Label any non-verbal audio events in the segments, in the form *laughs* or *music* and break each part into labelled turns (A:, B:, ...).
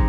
A: 刊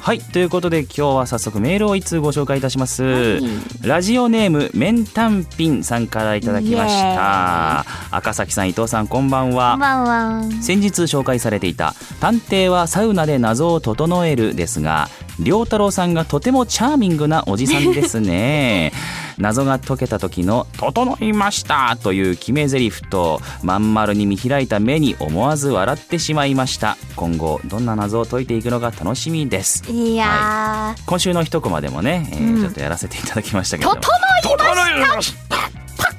B: はいということで今日は早速メールを一通ご紹介いたします、
C: はい
B: ラジオネームメンタンピンさんからいただきまし
C: イエ
B: た赤崎さん伊藤さんこんばんは
C: こんばんは
B: 先日紹介されていた「探偵はサウナで謎を整える」ですが良太郎さんがとてもチャーミングなおじさんですね *laughs* 謎が解けた時の「整いました」という決め台詞とまん丸に見開いた目に思わず笑ってしまいました今後どんな謎を解いていくのか楽しみです
C: いや
B: 今週の一コマでもね、えー
C: うん
B: ちょっとやらせていただきましたけ
C: ー、
B: ども
C: 整いましたパカーンっ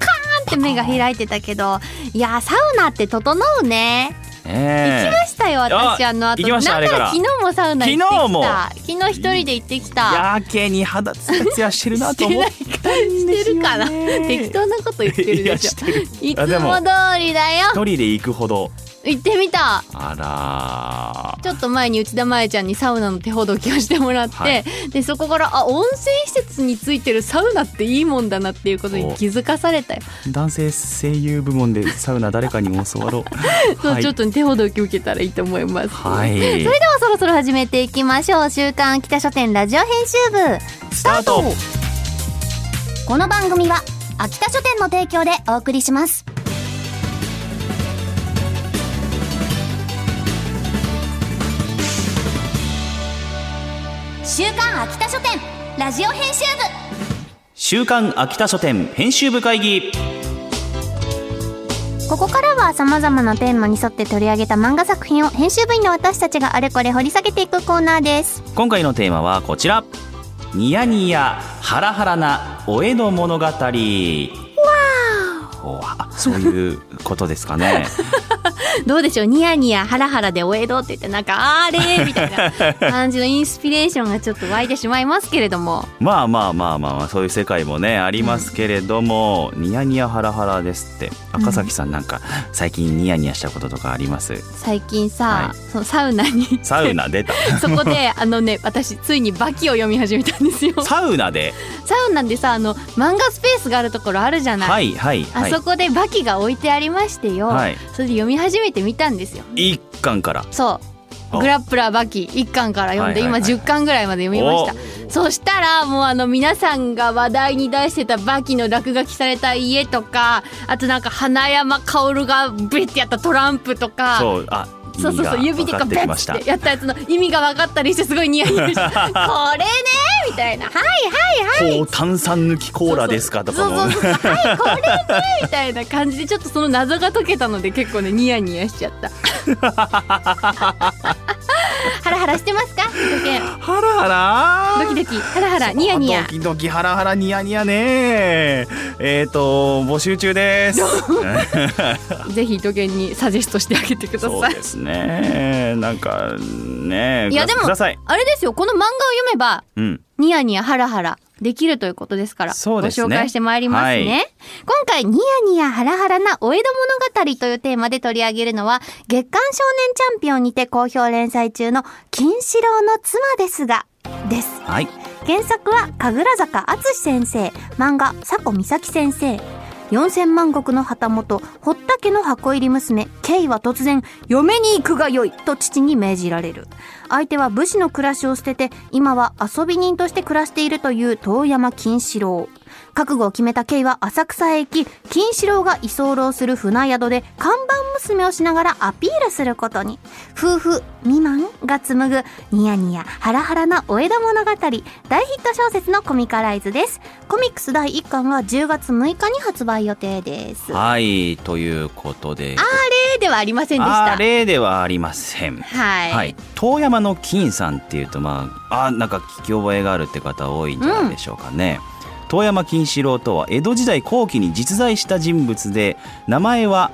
C: て目が開いてたけどいやーサウナって整うね行
B: え
C: きましたよ私
B: あ
C: あの後
B: 行きました
C: なん
B: あれ
C: な
B: からら
C: 昨日もサウナ行ってきた
B: 昨日も
C: 昨日一人で行ってきた
B: やけに肌ツヤツヤしてるなと思ったん
C: し
B: ですよね
C: てるかな適当なこと言ってる
B: いや
C: でしょ
B: してる
C: いつも
B: あ
C: 通
B: でも
C: りだよ
B: 一人で行くほど
C: 行ってみた
B: あ
C: ちょっと前に内田真礼ちゃんにサウナの手ほどきをしてもらって、
B: はい
C: でそこからあ温泉施設についてるサウナっていいもんだなっていうことに気づかされたよ、
B: ら男性声優部門でサウナ誰かにも教わろ *laughs* う
C: そうちょっ
B: と
C: と手ほどき受けたらいいと思います、
B: はい
C: それではそろそろ始めていきましょう週刊秋田書店ラジオ編集部
B: スタート
C: この番組は秋田書店の提供でお送りします
A: 週刊秋田書店ラジオ編集
B: 週刊秋田書店編集部会議
C: ここからは様々なテーマに沿って取り上げた漫画作品を編集部員の私たちがあれこれ掘り下げていくコーナーです
B: 今回のテーマはこちらニヤニヤハラハラなお江戸物語わおあそういうことですかね
C: *laughs* どうでしょうニヤニヤハラハラでお江戸って言ってなんかあれみたい *laughs* な感じのインスピレーションがちょっと湧いてしまいますけれども
B: まあまあまあまあ、まあ、そういう世界もねありますけれども、ニヤニヤハラハラですって赤崎さんなんか最近ニヤニヤしたこととかあります
C: 最近さ、
B: はい
C: そのサウナに
B: サウ
C: *laughs*
B: ナ出た *laughs*
C: そこであのね私ついにバキを読み始めたんですよサ
B: サウナで
C: ウナでさあの漫画スペースがあるところあるじゃない、
B: はいはいは
C: あそ
B: い
C: こでバキが置いてありましてよ、
B: はい
C: それで読み始めてみたんですよ
B: 一巻から
C: そう
B: あ
C: グラップラーバキ1巻から読んで、
B: はいはいはい
C: 今10巻ぐらいまで読みましたそしたらもうあの皆さんが話題に出してたバキの落書きされた家とかあとなんか花山薫がブリッてやったトランプとか
B: そうあ
C: そうそうそう指
B: 意味
C: で
B: が
C: か
B: 分
C: ベ
B: かってきまし
C: ッっ
B: た
C: てやったやつの意味が分かったりしてすごいニヤ
B: *laughs*
C: ニヤしてこれねみたいな「はいはいはい」
B: こう炭酸抜きコーラですかとか
C: そう
B: も
C: そうそうそうはいこれねみたいな感じでちょっとその謎が解けたので結構ねニヤニヤしちゃった
B: *laughs*
C: ハラハラしてますかド
B: *laughs*
C: キ
B: ハラハラ
C: ドキドキハラハラニヤニヤ
B: ドキドキハラハラニヤニヤねえっ、と募集
C: *laughs*
B: 中です
C: ぜひドキにサジェストしてあげてくだ
B: そ
C: さ
B: う
C: い
B: ですねなんかね
C: いや
B: くだ
C: でも
B: ください
C: あれですよこの漫画を読めば
B: うん
C: ニヤニヤハラハラできるということですから
B: そうですね
C: ご紹介してまいりますね、
B: は
C: 今回ニヤニヤハラハラなお江戸物語というテーマで取り上げるのは月刊少年チャンピオンにて好評連載中の金四郎の妻ですがです
B: はい
C: 原作は神楽坂敦先生漫画佐古美咲先生4000万石の旗本堀田家の箱入り娘ケイは突然「嫁に行くがよい!」と父に命じられる相手は武士の暮らしを捨てて今は遊び人として暮らしているという遠山金四郎覚悟を決めたケイは浅草へ行き金四郎が居候する船宿で看板娘をしながらアピールすることに夫婦未満が紡ぐニヤニヤハラハラなお江戸物語大ヒット小説のコミカライズですコミックス第1巻が10月6日に発売予定ですあ
B: はいということで
C: れではありませんでした
B: あれではありません
C: はい、
B: はい、遠山の金さんっていうとまああなんか聞き覚えがあるって方多いんじゃないでしょうかね。遠山金四郎とは江戸時代後期に実在した人物で名前は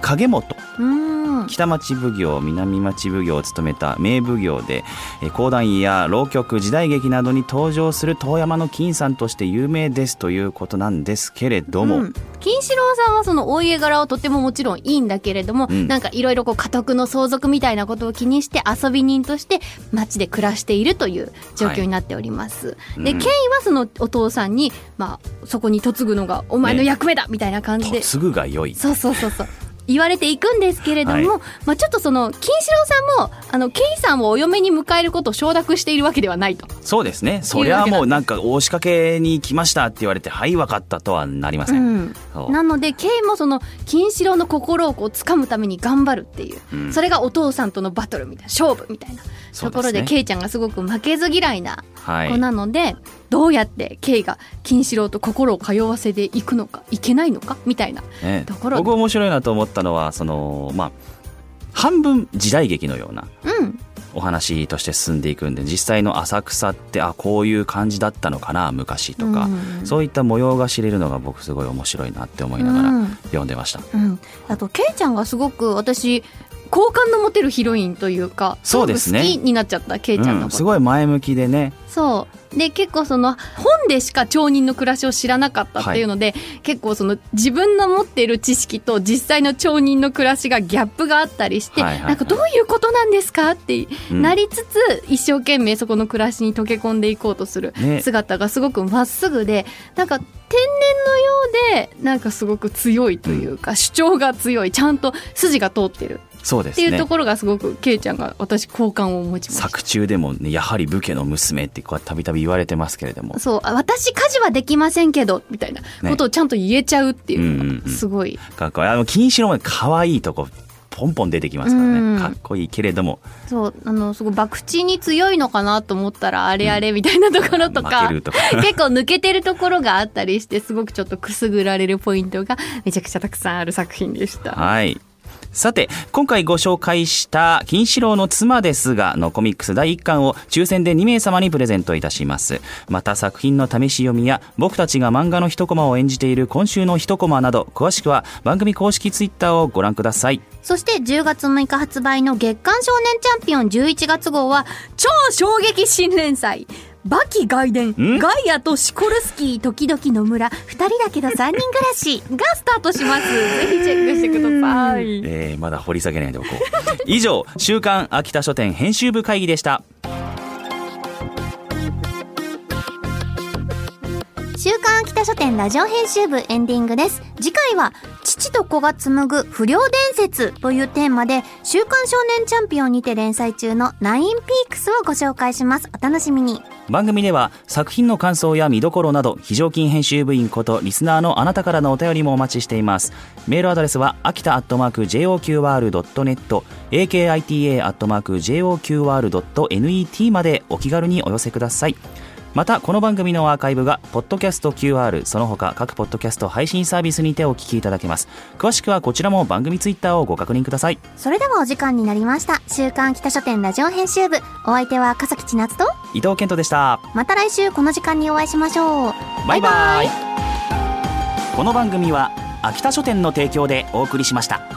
B: 影本
C: うーんうん
B: 北町奉行南町奉行を務めた名奉行でえー講談医や浪曲時代劇などに登場する遠山の金さんとして有名ですということなんですけれども、
C: うん金四郎さんはそのお家柄はとてももちろんいいんだけれども、
B: うん
C: なんかいろいろこう家督の相続みたいなことを気にして遊び人として町で暮らしているという状況になっております、
B: い
C: で、
B: うん
C: ケイはそのお父さんに、まあ、そこに嫁ぐのがお前の
B: ね
C: 役目だみたいな感じで、
B: すぐが良い
C: そうそうそうそう言われていくんですけれども、
B: はい
C: まあ、ちょっとその金四郎さんもあのケイさんをお嫁に迎えることを承諾しているわけではないと
B: そうですねそりゃもうなんか大仕掛けに来ましたって言われてはい分かったとはなりません、
C: うん
B: そう
C: なのでケイもその金四郎の心をこう掴むために頑張るっていう、
B: うん
C: それがお父さんとのバトルみたいな勝負みたいなと
B: そうで
C: ころ
B: す
C: で
B: ね
C: ケイちゃんがすごく負けず嫌いな
B: はい
C: 子なので、どうやってケイが金四郎と心を通わせていくのかいけないのかみたいな
B: ね
C: ところで
B: 僕面白いなと思ったのはそのまあ半分時代劇のような
C: うん
B: お話として進んでいくんで実際の浅草ってあこういう感じだったのかな昔とか、
C: うん
B: そういった模様が知れるのが僕すごい面白いなって思いながら
C: うん
B: 読んでました、
C: うん、あとケイちゃんがすごく私好感の持てるヒロインというか
B: そうですね
C: ごく好きになっちゃったケイちゃんの
B: うん
C: こと、
B: すごい前向きでね
C: そうで結構その本でしか町人の暮らしを知らなかったっていうので、結構その自分の持っている知識と実際の町人の暮らしがギャップがあったりして、
B: はいはいはい
C: なんかどういうことなんですかって
B: うん
C: なりつつ、一生懸命そこの暮らしに溶け込んでいこうとする
B: ね
C: 姿がすごくまっすぐで、なんか天然のようでなんかすごく強いというか、主張が強いちゃんと筋が通ってる
B: そうで
C: って
B: す
C: いう
B: ね
C: ところがすごくケイちゃんが私好感を持ちました。
B: 作中でも、ね、やはり武家の娘ってこうたびたび言われてますけれども
C: そうあ私家事はできませんけどみたいなことをちゃんと言えちゃうっていう
B: うんう
C: の
B: んう
C: が
B: ん
C: すごい、
B: かっこいいあの金四郎も可愛いとこポンポン出てきますからね、
C: うん
B: かっこいいけれども
C: そうあのすごい博打に強いのかなと思ったらあれあれみたいなところとか、
B: 負けるとか
C: *laughs* 結構抜けてるところがあったりしてすごくちょっとくすぐられるポイントがめちゃくちゃたくさんある作品でした。
B: はい。さて、今回ご紹介した、金四郎の妻ですが、のコミックス第1巻を抽選で2名様にプレゼントいたします。また作品の試し読みや、僕たちが漫画の一コマを演じている今週の一コマなど、詳しくは番組公式ツイッターをご覧ください。
C: そして10月6日発売の月刊少年チャンピオン11月号は超衝撃新連載バキ外伝
B: ん
C: ガイアとシコルスキー時々野村二人だけど三人暮らしがスタートします。ぜひチェックしてください。
B: えー、まだ掘り下げないでおこう。以上、週刊秋田書店編集部会議でした。
A: 週刊秋田書店ラジオ編集部エンディングです
C: 次回は「父と子が紡ぐ不良伝説」というテーマで「週刊少年チャンピオン」にて連載中の「ナインピークス」をご紹介しますお楽しみに
B: 番組では作品の感想や見どころなど非常勤編集部員ことリスナーのあなたからのお便りもお待ちしていますメールアドレスは秋田アットマーク JOQR.net akita アットマーク JOQR.net までお気軽にお寄せくださいまたこの番組のアーカイブがポッドキャスト QR その他各ポッドキャスト配信サービスにてお聞きいただけます詳しくはこちらも番組ツイッターをご確認ください
C: それではお時間になりました「週刊北書店ラジオ編集部」お相手は笠木千夏と
B: 伊藤健人でした
C: また来週この時間にお会いしましょう
B: バイバイこの番組は秋田書店の提供でお送りしました